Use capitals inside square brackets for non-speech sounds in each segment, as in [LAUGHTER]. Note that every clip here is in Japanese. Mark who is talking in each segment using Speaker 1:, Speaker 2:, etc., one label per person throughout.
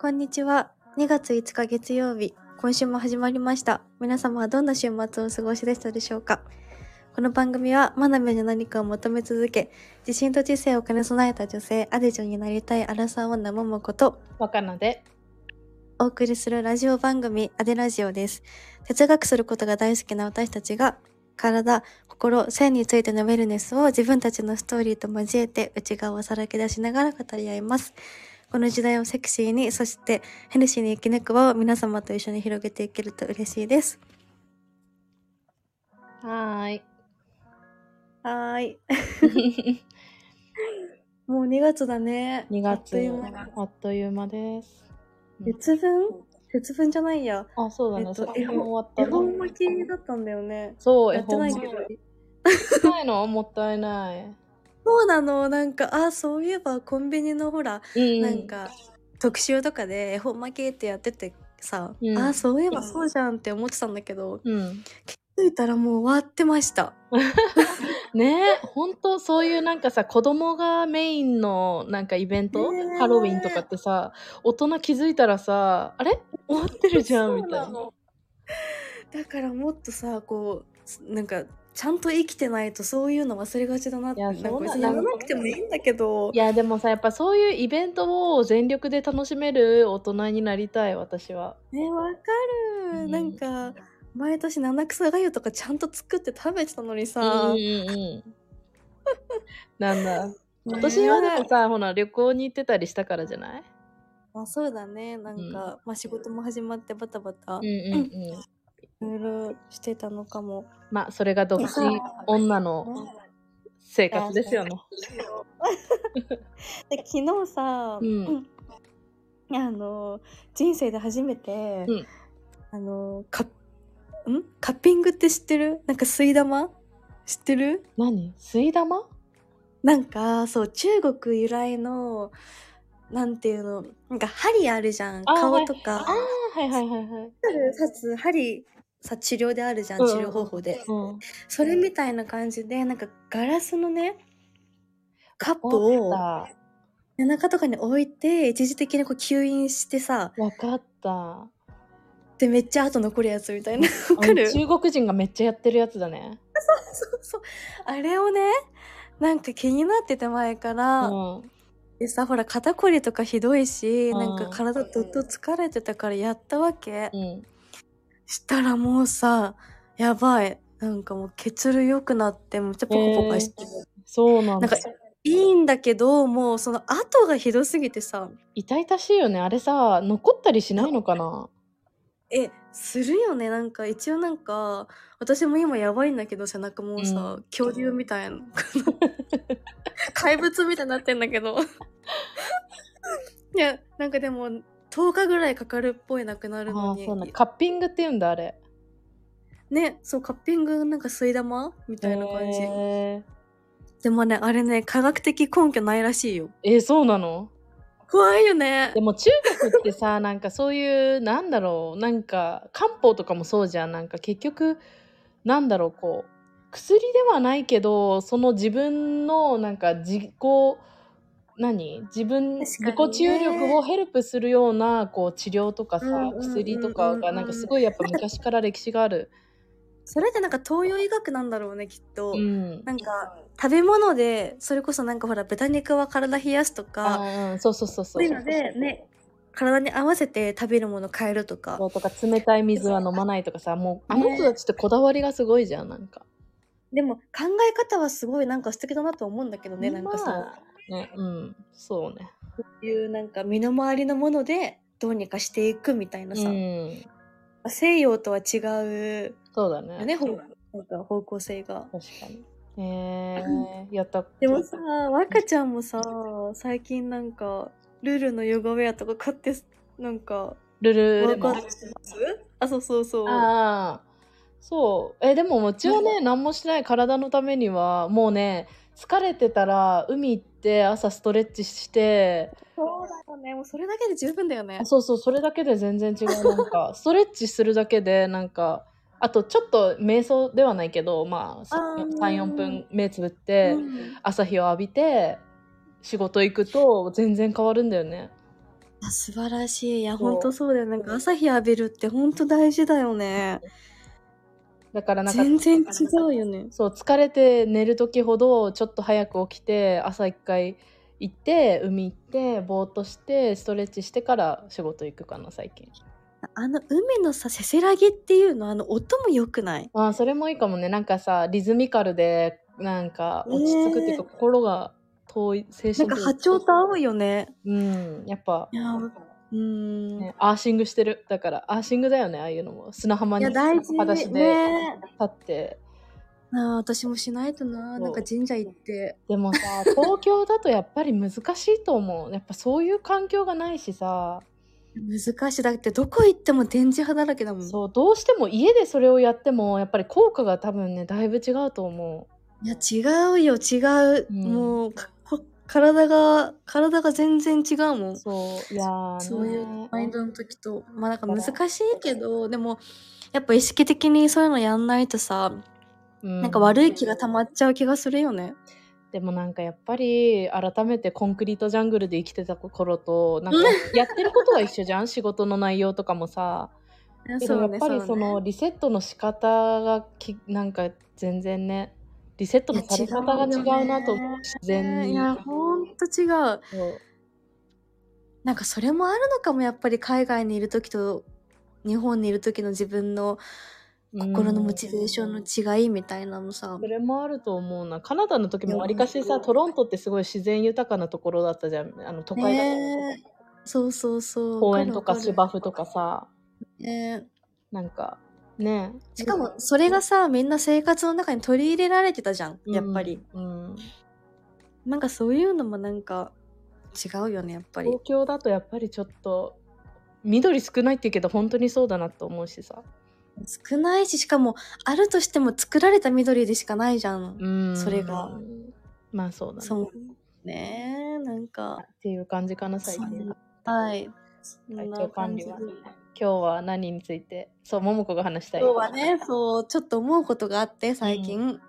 Speaker 1: こんにちは。2月5日月曜日、今週も始まりました。皆様はどんな週末をお過ごしでしたでしょうかこの番組は、真鍋に何かを求め続け、自信と知性を兼ね備えた女性、アデジョンになりたいアラサー女ももこと、
Speaker 2: 若菜で
Speaker 1: お送りするラジオ番組、アデラジオです。哲学することが大好きな私たちが、体、心、性についてのウェルネスを自分たちのストーリーと交えて内側をさらけ出しながら語り合います。この時代をセクシーに、そしてヘルシーに生き抜く輪を皆様と一緒に広げていけると嬉しいです。
Speaker 2: は [LAUGHS] ーい
Speaker 1: はーい。もう2月だね。
Speaker 2: 2
Speaker 1: あっと
Speaker 2: 月
Speaker 1: いう間
Speaker 2: あっという間です
Speaker 1: 節分節分じゃないや。
Speaker 2: あそうだね、
Speaker 1: えっと
Speaker 2: 作品も終わった
Speaker 1: 絵
Speaker 2: ね
Speaker 1: 本巻きだったんだよね。
Speaker 2: そう
Speaker 1: やってないけ
Speaker 2: 巻
Speaker 1: ど
Speaker 2: き。
Speaker 1: [LAUGHS]
Speaker 2: ないのもったいない
Speaker 1: そうなの。なんか、あ、そういえばコンビニのほら、
Speaker 2: うん
Speaker 1: なんか特集とかで絵本巻きってやっててさ、
Speaker 2: うん
Speaker 1: あそういえばそうじゃんって思ってたんだけど、
Speaker 2: うん
Speaker 1: 気づいたらもう終わってました
Speaker 2: ねえほんとそういうなんかさ子供がメインのなんかイベント、
Speaker 1: ねえ
Speaker 2: ハロウィンとかってさ大人気づいたらさあれ終わってるじゃんみたいな
Speaker 1: [LAUGHS] だからもっとさこうなんかちゃんと生きてないとそういうの忘れがちだなって
Speaker 2: いや
Speaker 1: なんか
Speaker 2: そうだ
Speaker 1: 別
Speaker 2: ね
Speaker 1: にやらなくてもいいんだけど
Speaker 2: いやでもさやっぱそういうイベントを全力で楽しめる大人になりたい私は
Speaker 1: ねわかる、
Speaker 2: うん
Speaker 1: なんか毎年七草がゆとかちゃんと作って食べてたのにさ、
Speaker 2: うんうんうん、なん [LAUGHS] だ今年はでもさ、ほら旅行に行ってたりしたからじゃない
Speaker 1: あそうだねなんか、
Speaker 2: うん
Speaker 1: まあ仕事も始まってバタバタ
Speaker 2: うんうんうん
Speaker 1: いろいろしてたのかも、
Speaker 2: まあそれが独身女の生活ですよね
Speaker 1: で昨日さ、
Speaker 2: うん
Speaker 1: あの人生で初めて、
Speaker 2: うん
Speaker 1: あのカッんカッピングって知ってるなんか吸い玉知ってる
Speaker 2: 何水玉
Speaker 1: なんかそう中国由来のなんていうのなんか針あるじゃん
Speaker 2: あー
Speaker 1: 顔とか
Speaker 2: ああはいはいはいはい、
Speaker 1: 刺す針さ治療であるじゃん
Speaker 2: うん
Speaker 1: 治療方法で、
Speaker 2: うん、
Speaker 1: それみたいな感じでなんかガラスのねカップを
Speaker 2: わかっ
Speaker 1: 背中とかに置いて一時的にこう吸引してさ
Speaker 2: たわかった
Speaker 1: でめっちゃ後残るやつみたいなわか
Speaker 2: [LAUGHS] あ
Speaker 1: る
Speaker 2: の中国人がめっちゃやってるやつだね
Speaker 1: そうそうあれをねなんか気になってて前から、
Speaker 2: うん
Speaker 1: でさほら肩こりとかひどいし、
Speaker 2: うん
Speaker 1: なんか体ずっと疲れてたからやったわけ、
Speaker 2: うん
Speaker 1: したらもうさやばいなんかもう血流良くなってめっちゃポカポカして、
Speaker 2: そうなん
Speaker 1: な
Speaker 2: だ
Speaker 1: んかいいんだけどもうその後がひどすぎてさ
Speaker 2: 痛々しいよねあれさ残ったりしないのかな
Speaker 1: えするよねなんか一応なんか私も今やばいんだけど背中もさ、
Speaker 2: う
Speaker 1: 恐竜みたいな
Speaker 2: [LAUGHS]
Speaker 1: 怪物みたいになってんだけどいやなんかでも10日ぐらいかかるっぽいなくな
Speaker 2: あ
Speaker 1: るの
Speaker 2: あ
Speaker 1: に
Speaker 2: そうなんだカッピングって言うんだあれ
Speaker 1: ねそうカッピングなんか吸い玉みたいな感じ、
Speaker 2: へー
Speaker 1: でもねあれね科学的根拠ないらしいよ
Speaker 2: えーそうなの
Speaker 1: 怖いよね
Speaker 2: でも中国ってさ [LAUGHS] なんかそういうなんだろうなんか漢方とかもそうじゃんなんか結局なんだろうこう薬ではないけどその自分のなんか自己何自分、
Speaker 1: 確かにね
Speaker 2: 自己治癒力をヘルプするようなこう治療とかさ、
Speaker 1: うんうんうんうん
Speaker 2: 薬とかがなんかすごいやっぱ昔から歴史がある。
Speaker 1: それってなんか東洋医学なんだろうねきっと、
Speaker 2: うん
Speaker 1: なんか食べ物でそれこそなんかほら豚肉は体冷やすとか、
Speaker 2: あーうんそうそうそうそ
Speaker 1: そう
Speaker 2: う
Speaker 1: いうのでね体に合わせて食べるもの変えるとか
Speaker 2: そうとか冷たい水は飲まないとかさもうあ
Speaker 1: ね
Speaker 2: の人たちってこだわりがすごいじゃんなんか。
Speaker 1: でも考え方はすごいなんか素敵だなと思うんだけどねなんかさ
Speaker 2: まあねうんそうね
Speaker 1: そういうなんか身の回りのものでどうにかしていくみたいなさ、
Speaker 2: うん、
Speaker 1: 西洋とは違う
Speaker 2: そうだね
Speaker 1: ね方なんか方向性が。
Speaker 2: 確かにえ
Speaker 1: [LAUGHS]
Speaker 2: ー、やった
Speaker 1: でもさ若ちゃんもさ最近なんかルルのヨガウェアとか買ってなんか
Speaker 2: ルル
Speaker 1: ワー
Speaker 2: で
Speaker 1: クア
Speaker 2: も
Speaker 1: ウトしてますあそうそうそう。
Speaker 2: ああそうえでもうちはね何もしない体のためにはもうね疲れてたら海行って朝ストレッチして
Speaker 1: そうだよねもうそれだけで十分だよね [LAUGHS]
Speaker 2: あ。そうそうそれだけで全然違うなんかストレッチするだけでなんかあとちょっと瞑想ではないけど、まあ、
Speaker 1: あー
Speaker 2: 34分目つぶって
Speaker 1: うん
Speaker 2: 朝日を浴びて仕事行くと全然変わるんだよね。
Speaker 1: あ素晴らしいいや
Speaker 2: そう
Speaker 1: 本当そうだよなんか朝日浴びるって本当大事だよね
Speaker 2: だからなんか
Speaker 1: 全然違うよね
Speaker 2: そう疲れて寝る時ほどちょっと早く起きて朝一回行って海行ってぼーっとしてストレッチしてから仕事行くかな最近
Speaker 1: あの海のさせせらぎっていうのあの音も良くない
Speaker 2: あーそれもいいかもねなんかさリズミカルでなんか落ち着くっていうか、心が遠い精
Speaker 1: な
Speaker 2: 神
Speaker 1: んか波長と合うよね
Speaker 2: うんやっぱ
Speaker 1: いやうーん
Speaker 2: ね、アーシングしてるだからアーシングだよねああいうのも砂浜
Speaker 1: い
Speaker 2: に
Speaker 1: や大事
Speaker 2: 裸足で
Speaker 1: ね
Speaker 2: 立って、
Speaker 1: あー私もしないとな
Speaker 2: そう
Speaker 1: なんか神社行って
Speaker 2: でもさ
Speaker 1: [LAUGHS]
Speaker 2: 東京だとやっぱり難しいと思うやっぱそういう環境がないしさ
Speaker 1: 難しいだってどこ行っても電磁波だらけだもん
Speaker 2: そうどうしても家でそれをやってもやっぱり効果が多分ねだいぶ違うと思
Speaker 1: いや違うよ違う、
Speaker 2: うん
Speaker 1: もうかこ体が体が全然違うも
Speaker 2: うんそういやーね
Speaker 1: そういうマインドの時とまあなんか難しいけどでもやっぱ意識的にそういうのやんないとさ、
Speaker 2: うん
Speaker 1: なんか悪い気が溜まっちゃう気がするよね。
Speaker 2: でもなんかやっぱり改めてコンクリートジャングルで生きてた頃となんかやってることは一緒
Speaker 1: [LAUGHS]
Speaker 2: じゃん仕事の内容とかもさでもやっぱりそのリセットの仕方がきなんか全然ねリセットのされ方が違うなと思う自然
Speaker 1: ね
Speaker 2: に
Speaker 1: いやほんと違う。
Speaker 2: そう
Speaker 1: なんかそれもあるのかもやっぱり海外にいる時と日本にいる時の自分の心のモチベーションの違いみたいなのさ
Speaker 2: そ。れもあると思うなカナダの時
Speaker 1: い
Speaker 2: も
Speaker 1: や
Speaker 2: わりかしさトロントってすごい自然豊かなところだったじゃんあの都会だったじゃん
Speaker 1: ねえそうそうそう。
Speaker 2: 公園とか
Speaker 1: わるわる
Speaker 2: 芝生とかさ
Speaker 1: ね
Speaker 2: なんかね
Speaker 1: えしかもそれがさみんな生活の中に取り入れられてたじゃんやっぱり。、
Speaker 2: うんうん
Speaker 1: なんかそういうのもなんか違うよねやっぱり
Speaker 2: 東。京だとやっぱりちょっと緑少ないって言うけど本当にそうだなと思うしさ、
Speaker 1: 少ないししかもあるとしても作られた緑でしかないじゃん。
Speaker 2: うん
Speaker 1: それが
Speaker 2: まあそうだね
Speaker 1: そうねえなんか
Speaker 2: っていう感じかな最
Speaker 1: そ
Speaker 2: 近
Speaker 1: うはい。そん
Speaker 2: 体
Speaker 1: な
Speaker 2: 調管
Speaker 1: 感
Speaker 2: 理
Speaker 1: じで
Speaker 2: は今日は何についてそう桃子が話したい
Speaker 1: 今日はねそうちょっと思うことがあって最近、
Speaker 2: [LAUGHS]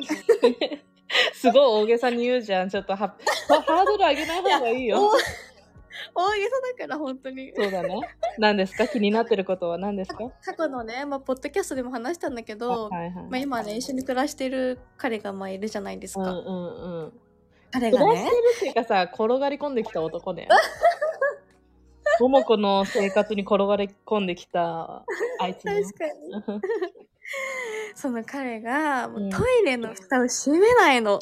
Speaker 2: すごい大げさに言うじゃん。ちょっとはハードル上げない方がいいよ
Speaker 1: お。大げさだから本当に
Speaker 2: そうだね。何ですか気になってることは何ですかは
Speaker 1: 過去のね、まあ、ポッドキャストでも話したんだけど、
Speaker 2: い
Speaker 1: まあ、
Speaker 2: はい。
Speaker 1: 今ね一緒に暮らしてる彼がまあいるじゃないです
Speaker 2: うん
Speaker 1: か、
Speaker 2: うんうん。
Speaker 1: 彼
Speaker 2: 暮
Speaker 1: が
Speaker 2: らして
Speaker 1: ね
Speaker 2: るっていうかさ、転がり込んできた男 [LAUGHS] ね。桃子の生活に転がり込んできたあいつね。
Speaker 1: 確かに
Speaker 2: [LAUGHS]
Speaker 1: その彼がもううんトイレの蓋を閉めない
Speaker 2: [LAUGHS]
Speaker 1: の。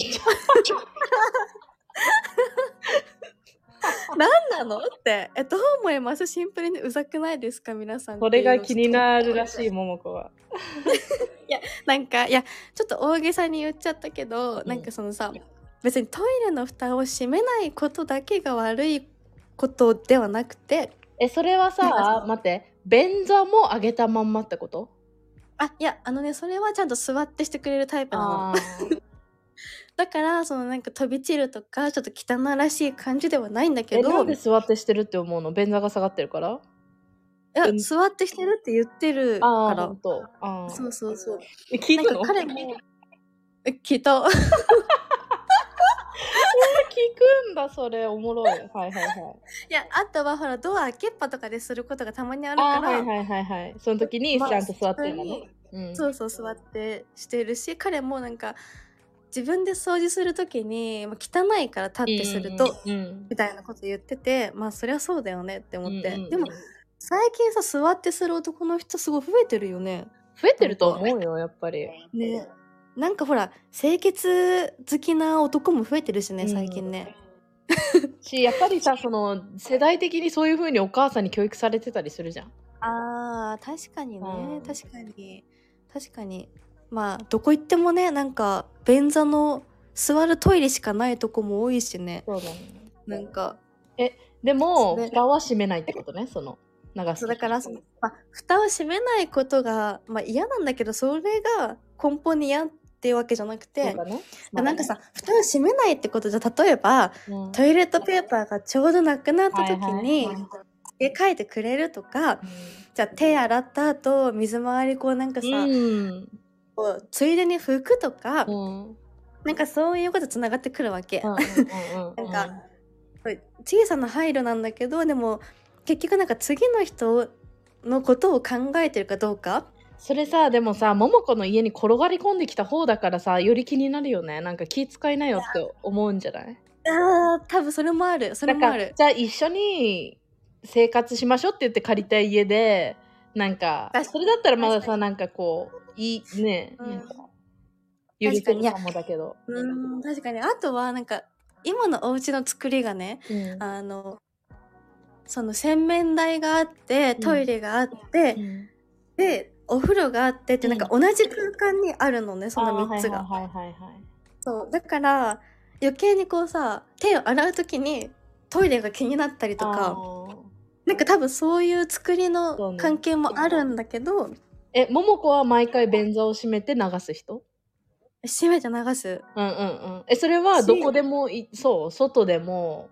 Speaker 1: 何なのってえどう思いますシンプルにうざくないですか皆さん
Speaker 2: これが気になるら
Speaker 1: い
Speaker 2: しい桃子は。
Speaker 1: なんかいやちょっと大げさに言っちゃったけど、
Speaker 2: ん
Speaker 1: なんかそのさ別にトイレの蓋を閉めないことだけが悪いことではなくて
Speaker 2: え、それはさ、待って、便座も上げたまんまってこと
Speaker 1: あいやあのねそれはちゃんと座ってしてくれるタイプなの
Speaker 2: あ [LAUGHS] ー
Speaker 1: だからそのなんか飛び散るとかちょっと汚らしい感じではないんだけ
Speaker 2: え、な
Speaker 1: ど
Speaker 2: んで座ってしてるって思うの便座が下がってるから
Speaker 1: いや座ってしてるって言ってる
Speaker 2: ああ、
Speaker 1: か
Speaker 2: 本当。あ
Speaker 1: ら
Speaker 2: あ。
Speaker 1: そうそうそう
Speaker 2: え聞い
Speaker 1: な
Speaker 2: た
Speaker 1: んか
Speaker 2: の
Speaker 1: 彼もえ聞いた [LAUGHS]
Speaker 2: 聞くんだそれおもろいはいはいはい
Speaker 1: いやあとはほらドア開けっぱとかですることがたまにあるか
Speaker 2: あ
Speaker 1: ら
Speaker 2: ーはいはいはいはいその時にち
Speaker 1: まあ
Speaker 2: ゃんと座ってるのね
Speaker 1: 普、
Speaker 2: うん、
Speaker 1: そうそう座ってしてるし彼もなんか自分で掃除するときにまあ汚いから立ってすると、
Speaker 2: うんうん
Speaker 1: みたいなこと言っててまあそりゃそうだよねって
Speaker 2: うん
Speaker 1: 思って、
Speaker 2: うんうん
Speaker 1: でも最近さ座ってする男の人すごい増えてるよね
Speaker 2: 増えてると思うよやっぱり
Speaker 1: ねなんかほら清潔好きな男も増えてるしね最近ね、
Speaker 2: しやっぱりさその世代的にそういうふうにお母さんに教育されてたりするじゃん
Speaker 1: あー確かにね、
Speaker 2: うん
Speaker 1: 確かに確かにまあどこ行ってもねなんか便座の座るトイレしかないとこも多いしね
Speaker 2: そうだね
Speaker 1: なんか
Speaker 2: で
Speaker 1: そ
Speaker 2: も
Speaker 1: うね
Speaker 2: 蓋は閉めないってことねその流す
Speaker 1: そうだからその、まあ、蓋を閉めないことが、まあ、嫌なんだけどそれが根本に嫌ってわけじゃなく
Speaker 2: そう
Speaker 1: て、
Speaker 2: だねまあ
Speaker 1: なんかさ蓋を閉めないってことじゃ例えば
Speaker 2: うん
Speaker 1: トイレットペーパーがちょうどなくなった時に、
Speaker 2: はいはいはい
Speaker 1: 絵描いてくれるとかじゃあ手洗った後水回りこうなんかさ、
Speaker 2: うん
Speaker 1: こうついでに服とか、
Speaker 2: うん
Speaker 1: なんかそういうことつながってくるわけ。
Speaker 2: うんうんうん
Speaker 1: なんか小さな配慮なんだけどでも結局なんか次の人のことを考えてるかどうか
Speaker 2: それさでもさ桃子の家に転がり込んできた方だからさより気になるよねなんか気使いなよって思うんじゃない
Speaker 1: あー多分それもあるそれ
Speaker 2: だ
Speaker 1: も
Speaker 2: か
Speaker 1: あ
Speaker 2: ら
Speaker 1: る
Speaker 2: じゃあ一緒に生活しましょうって言って借りた家でなんか
Speaker 1: 確かに
Speaker 2: それだったらまだ
Speaker 1: 確か
Speaker 2: さなんかこういいね、
Speaker 1: うん
Speaker 2: なんかゆりくりさんもだけど、
Speaker 1: うん確かにあとはなんか今のお家の作りがね
Speaker 2: うん
Speaker 1: あのその洗面台があってトイレがあって、
Speaker 2: うん
Speaker 1: でお風呂があってってなんか同じ空間にあるのねその3つが。
Speaker 2: はいはいはいはい
Speaker 1: そうだから余計にこうさ手を洗う時にトイレが気になったりと
Speaker 2: あ
Speaker 1: か。
Speaker 2: ー
Speaker 1: なんか多分そういう作り
Speaker 2: そう
Speaker 1: の
Speaker 2: ね
Speaker 1: 関係もあるんだけど、
Speaker 2: え桃子は毎回便座を閉めて流す人
Speaker 1: 閉めて流す。
Speaker 2: うんうんうんえそれはどこでもいそう外でも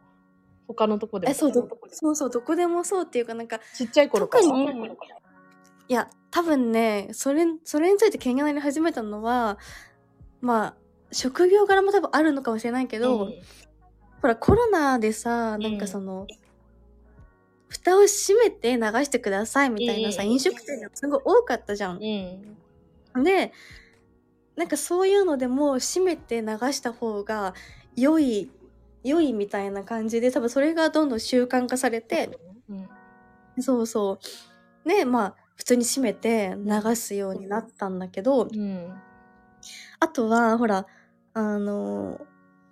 Speaker 2: 他のとこでも
Speaker 1: え、そう、どそうそう、どこでもそうっていうかなんか、
Speaker 2: ちっちゃい頃から
Speaker 1: 特にいや、多分ね、それ、それについて気になり始めたのは、まあ、職業柄も多分あるのかもしれないけど、
Speaker 2: うん
Speaker 1: ほら、コロナでさ、なんかその、蓋を閉めて流してくださいみたいなさ、
Speaker 2: うん
Speaker 1: 飲食店がすごい多かったじゃん。
Speaker 2: うん
Speaker 1: でなんかそういうのでもう閉めて流した方が良い良いみたいな感じで多分それがどんどん習慣化されて
Speaker 2: うん
Speaker 1: そうそうねまあ普通に閉めて流すようになったんだけど
Speaker 2: うん
Speaker 1: あとはほらあの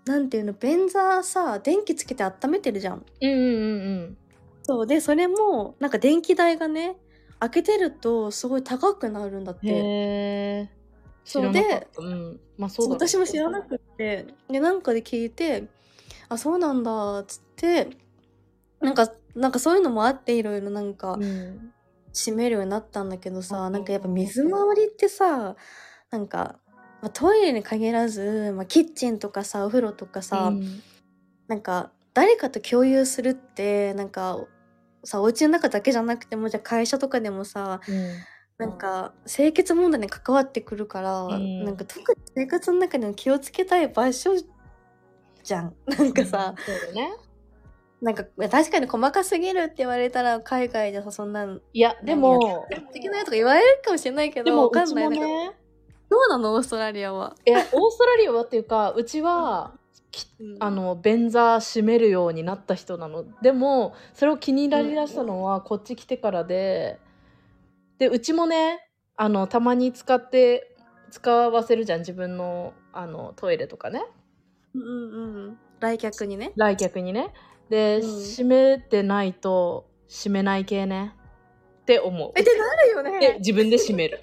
Speaker 1: なんていうの便座さ電気つけて温めてるじゃん。
Speaker 2: うんうんうん
Speaker 1: そうでそれもなんか電気代がね開けてるとすごい高くなるんだっ
Speaker 2: うん。
Speaker 1: て。
Speaker 2: へえ。
Speaker 1: そう
Speaker 2: 知らなかったうん。まあそう
Speaker 1: そう
Speaker 2: だね
Speaker 1: 私も知らなくってでなんかで聞いてあそうなんだっつってなんかなんかそういうのもあっていろいろなんか
Speaker 2: うん。
Speaker 1: 閉めるようになったんだけど
Speaker 2: うん
Speaker 1: さなんかやっぱ水回りってさなんか、まあトイレに限らず、まあ、キッチンとかさお風呂とかさ、
Speaker 2: うん
Speaker 1: なんか誰かと共有するってなんかさお家の中だけじゃなくてもじゃあ会社とかでもさなんか清潔問題に関わってくるから、
Speaker 2: うん
Speaker 1: なんか特に生活の中でも気をつけたい場所じゃん。 [LAUGHS] なんかさ、
Speaker 2: うんそうだね。
Speaker 1: なんかいや確かに細かすぎるって言われたら海外じゃさそんなん
Speaker 2: いやでも
Speaker 1: やっていけないとか言われるかもしれないけど
Speaker 2: でも
Speaker 1: わか
Speaker 2: うんち
Speaker 1: ない
Speaker 2: も
Speaker 1: なんか
Speaker 2: ね。
Speaker 1: どうなのオーストラリアは。
Speaker 2: いやオーストラリアはっていうかうちはあの便座閉めるようになった人なのでもそれを気になりだしたのはこっち来てからででうちもねあのたまに使って使わせるじゃん自分のあのトイレとかね
Speaker 1: うんうんうん来客にね。
Speaker 2: 来客にねで、
Speaker 1: うん
Speaker 2: 閉めてないと閉めない系ねって思う
Speaker 1: えってなるよ [LAUGHS]
Speaker 2: で
Speaker 1: ね。
Speaker 2: 自分で閉める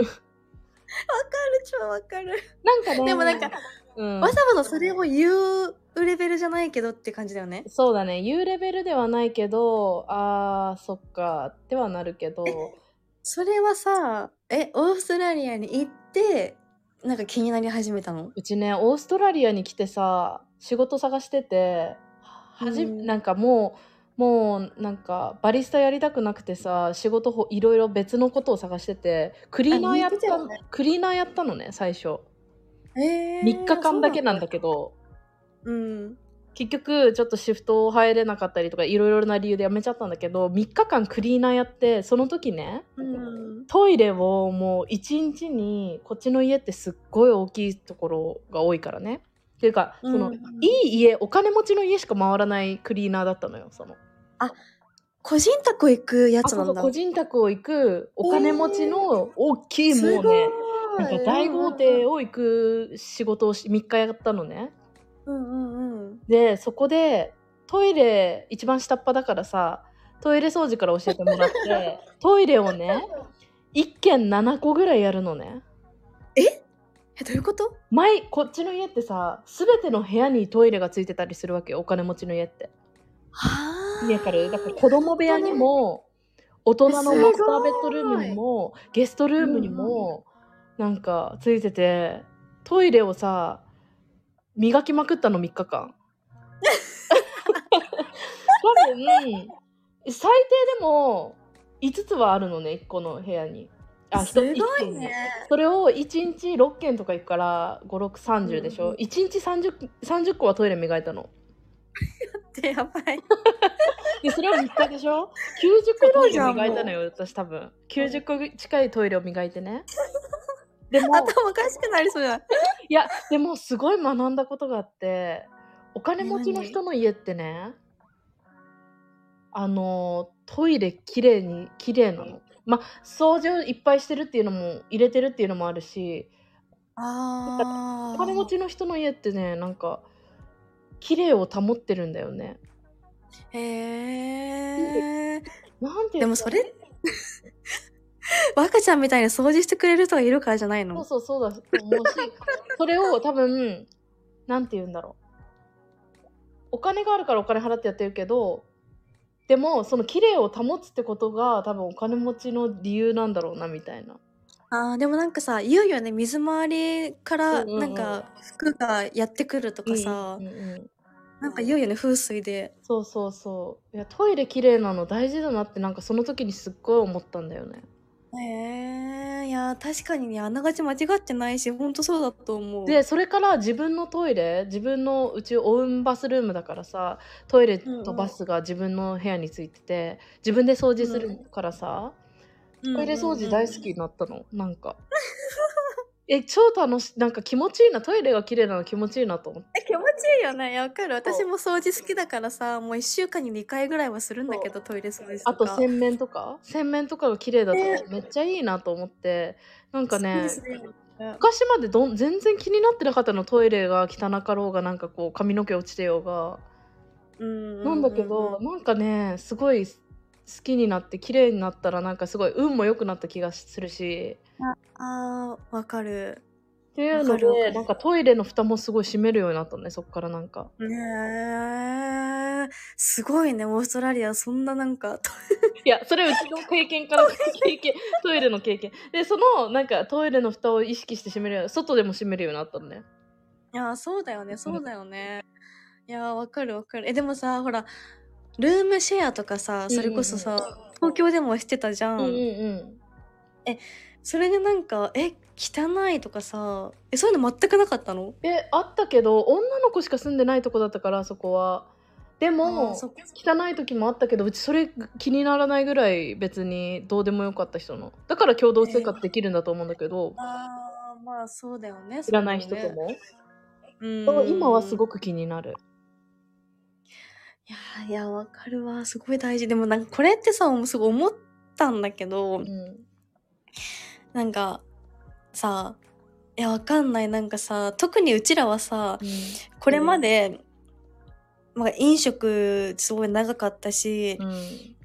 Speaker 1: 超わかる。
Speaker 2: なんかね
Speaker 1: でもなんか、
Speaker 2: うん
Speaker 1: わざわざそれを言うレベルじゃないけどって感じだよね。
Speaker 2: そうだね言うレベルではないけどあーそっかってはなるけど
Speaker 1: それはさえオーストラリアに行ってなんか気になり始めたの
Speaker 2: うちねオーストラリアに来てさ仕事探しててはじ、
Speaker 1: うん
Speaker 2: なんかもうもうなんかバリスタやりたくなくてさ仕事ほいろいろ別のことを探しててクリーナーやっ
Speaker 1: あ似てた
Speaker 2: た
Speaker 1: よね
Speaker 2: クリーナーやったのね最初
Speaker 1: えー
Speaker 2: 3日間だけなんだけど、
Speaker 1: うん
Speaker 2: 結局ちょっとシフト入れなかったりとかいろいろな理由で辞めちゃったんだけど3日間クリーナーやってその時ね
Speaker 1: うん
Speaker 2: トイレをもう一日にこっちの家ってすっごい大きいところが多いからねっていうかその、
Speaker 1: うん
Speaker 2: いい家お金持ちの家しか回らないクリーナーだったのよその
Speaker 1: 個人宅行くや
Speaker 2: あ
Speaker 1: つ
Speaker 2: そ
Speaker 1: な
Speaker 2: うんそう
Speaker 1: だ
Speaker 2: 個人宅を行くお金持ちの大きい
Speaker 1: す
Speaker 2: も
Speaker 1: ご
Speaker 2: う
Speaker 1: い
Speaker 2: ねなんか大豪邸を行く仕事をし3日やったのね
Speaker 1: うんうんうん
Speaker 2: でそこでトイレ一番下っ端だからさトイレ掃除から教えてもらって
Speaker 1: [LAUGHS]
Speaker 2: トイレをね1軒7個ぐらいやるのね
Speaker 1: えどういうこと
Speaker 2: 前こっちの家ってさ全ての部屋にトイレがついてたりするわけよお金持ちの家って
Speaker 1: はあ
Speaker 2: わかるだから子供部屋にも大人のマスターベッドルームにもゲストルームにもなんかついててトイレをさ磨きまくったの3日間多分最低でも5つはあるのね1個の部屋にあ
Speaker 1: すごいね。
Speaker 2: それを1日6件とか行くから
Speaker 1: うんう
Speaker 2: 5630
Speaker 1: ん
Speaker 2: でしょ、一1日 30, 30個はトイレ磨いたの
Speaker 1: ってやばい。
Speaker 2: でそれを3日でしょ [LAUGHS] 90個トイレ磨
Speaker 1: プロ
Speaker 2: いた
Speaker 1: じ
Speaker 2: の
Speaker 1: ゃ
Speaker 2: よ私多分90個近いトイレを磨いて [LAUGHS] ねでも
Speaker 1: 頭おかしくなりそうじゃん。
Speaker 2: いやでもすごい学んだことがあってお金持ちの人の家ってねあのトイレきれいにきれいなのまあ掃除をいっぱいしてるっていうのも入れてるっていうのもあるし
Speaker 1: ああ。
Speaker 2: お金持ちの人の家ってねなんか綺麗を保ってるんだよね
Speaker 1: へえ。
Speaker 2: なんていう
Speaker 1: でも
Speaker 2: の
Speaker 1: それ。 [LAUGHS] 若ちゃんみたいに掃除してくれる人がいるからじゃない
Speaker 2: そう
Speaker 1: の
Speaker 2: そうそうだと思うしそれを多分なんて言うんだろうお金があるからお金払ってやってるけどでもその綺麗を保つってことが多分お金持ちの理由なんだろうなみたいな
Speaker 1: あーでもなんかさ言うよね水回りから
Speaker 2: うんうんうん
Speaker 1: なんか服がやってくるとかさ、
Speaker 2: うんうんうん
Speaker 1: なんか言うよね風水で
Speaker 2: そうそうそういやトイレ綺麗なの大事だなってなんかその時にすっごい思ったんだよね
Speaker 1: へえいや確かにねあながち間違ってないしほんとそうだと思う
Speaker 2: でそれから自分のトイレ自分のうちオウンバスルームだからさトイレとバスが自分の部屋についてて自分で掃除するからさ、トイレ掃除大好きになったの、なんかえ超楽しいなんか気持ちいいなトイレが綺麗なの気持ちいいなと思って
Speaker 1: え気持ちいいよねいやわかる私も掃除好きだからさもう1週間に2回ぐらいはするんだけどトイレ掃除とか
Speaker 2: あと洗面とか洗面とかが綺麗だと
Speaker 1: ね
Speaker 2: めっちゃいいなと思ってなんかね
Speaker 1: そうです
Speaker 2: 昔までどん全然気になってなかったのトイレが汚かろうがなんかこう髪の毛落ちてようが
Speaker 1: うん
Speaker 2: なんだけど、なんかねすごい好きになって綺麗になったらなんかすごい運も良くなった気がするし
Speaker 1: あーわかる
Speaker 2: っていう
Speaker 1: わ
Speaker 2: の
Speaker 1: かるわか
Speaker 2: で
Speaker 1: る
Speaker 2: なんかトイレの蓋もすごい閉めるようになったのねそっからなんか
Speaker 1: ねえすごいねオーストラリアそんななんか
Speaker 2: いやそれうちの経験から経験トイレの経験でそのなんかトイレの蓋を意識して閉めるように外でも閉めるようになったのね
Speaker 1: いやーそうだよねそうだよねいやーわかるわかるえでもさほらルームシェアとかさそれこそさ、
Speaker 2: うん
Speaker 1: 東京でもしてたじゃ、
Speaker 2: うんんうんうん
Speaker 1: それでなんかえ汚いとかさえそういうの全くなかったの
Speaker 2: えあったけど女の子しか住んでないとこだったからそこはで
Speaker 1: あー
Speaker 2: も
Speaker 1: そっか
Speaker 2: 汚い時もあったけどうちそれ気にならないぐらい別にどうでもよかった人のだから共同生活できるんだと思うんだけど、
Speaker 1: あーまあそうだよね
Speaker 2: 知らない人とも、でも
Speaker 1: も
Speaker 2: 今はす
Speaker 1: く
Speaker 2: ごく気になる
Speaker 1: いやーいやわかるわすごい大事でもなんかこれってさもうすごい思ったんだけど
Speaker 2: うん
Speaker 1: なんかさいやわかんないなんかさ特にうちらはさこれまで、まあ、飲食すごい長かったし、
Speaker 2: うん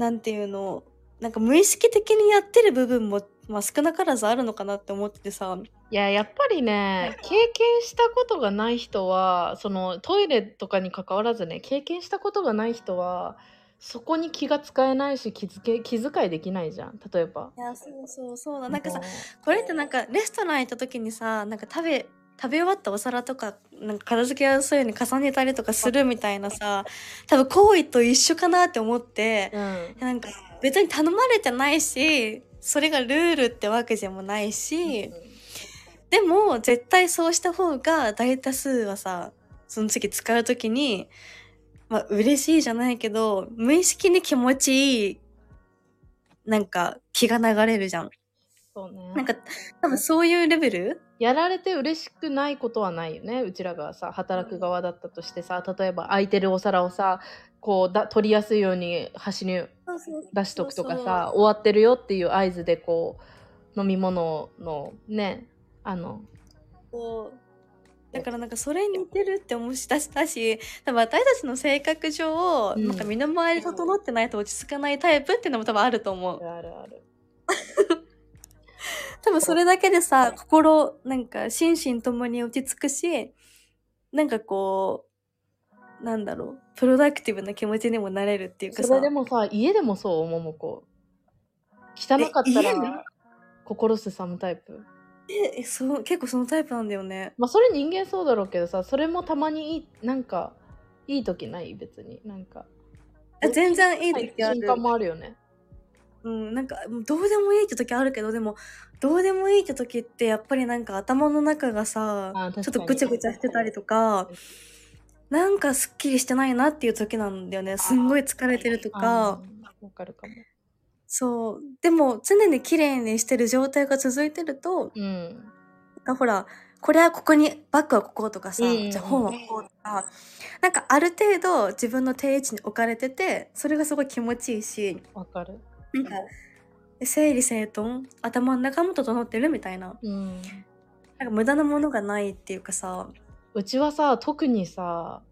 Speaker 1: なんていうのなんか無意識的にやってる部分も、まあ、少なからずあるのかなって思っててさ
Speaker 2: いややっぱりね経験したことがない人はそのトイレとかに関わらずね経験したことがない人はそこに気が使えないし気づけ気遣いできないじゃん例えば
Speaker 1: いやそうそうそうだなんかさこれってなんかレストラン行った時にさなんか食べ食べ終わったお皿とかなんか片付けやすいように重ねたりとかするみたいなさ多分行為と一緒かなって思って
Speaker 2: うん
Speaker 1: なんか別に頼まれてないしそれがルールってわけでもないしでも絶対そうした方が大多数はさその次使う時にまあ嬉しいじゃないけど無意識に気持ちいいなんか気が流れるじゃん。
Speaker 2: そうね
Speaker 1: なんか多分そういうレベル
Speaker 2: やられて嬉しくないことはないよねうちらがさ働く側だったとしてさ例えば空いてるお皿をさこうだ取りやすいように端に出しとくとかさ終わってるよっていう合図でこう飲み物のねあの
Speaker 1: こうだからなんかそれに似てるって思うしだしだし多分私たちの性格上、
Speaker 2: うん
Speaker 1: なんか身の回り整ってないと落ち着かないタイプっていうのも多分あると思
Speaker 2: あ
Speaker 1: う
Speaker 2: るあるある
Speaker 1: 多分それだけでさ心なんか心身ともに落ち着くしなんかこうなんだろうプロダクティブな気持ちにもなれるっていうかさ
Speaker 2: それでもさ家でもそう桃子汚かった
Speaker 1: え家で
Speaker 2: ら心すさむタイプ
Speaker 1: えそう結構そのタイプなんだよね
Speaker 2: まあそれ人間そうだろうけどさそれもたまにいいなんかいい時ない別になんか
Speaker 1: あ全然いい
Speaker 2: はい
Speaker 1: 時ある
Speaker 2: 瞬間もあるよね。
Speaker 1: うん、なんかもうどうでもいいって時あるけどでもどうでもいいって時ってやっぱりなんか頭の中がさ
Speaker 2: あー確かに
Speaker 1: ちょっとぐちゃぐちゃしてたりとかなんかすっきりしてないなっていう時なんだよねすんごい疲れてると
Speaker 2: あ
Speaker 1: か
Speaker 2: ーわかるかも。
Speaker 1: そうでも常に綺麗にしてる状態が続いてると
Speaker 2: うん。
Speaker 1: なんかほらこれはここにバッグはこことかさ、
Speaker 2: うん
Speaker 1: じゃあ本はこことか、なんかある程度自分の定位置に置かれててそれがすごい気持ちいいし
Speaker 2: わかる。
Speaker 1: なんか整理整頓頭の中も整ってるみたいな
Speaker 2: うん。
Speaker 1: なんか無駄なものがないっていうかさ
Speaker 2: うちはさ、特にさ、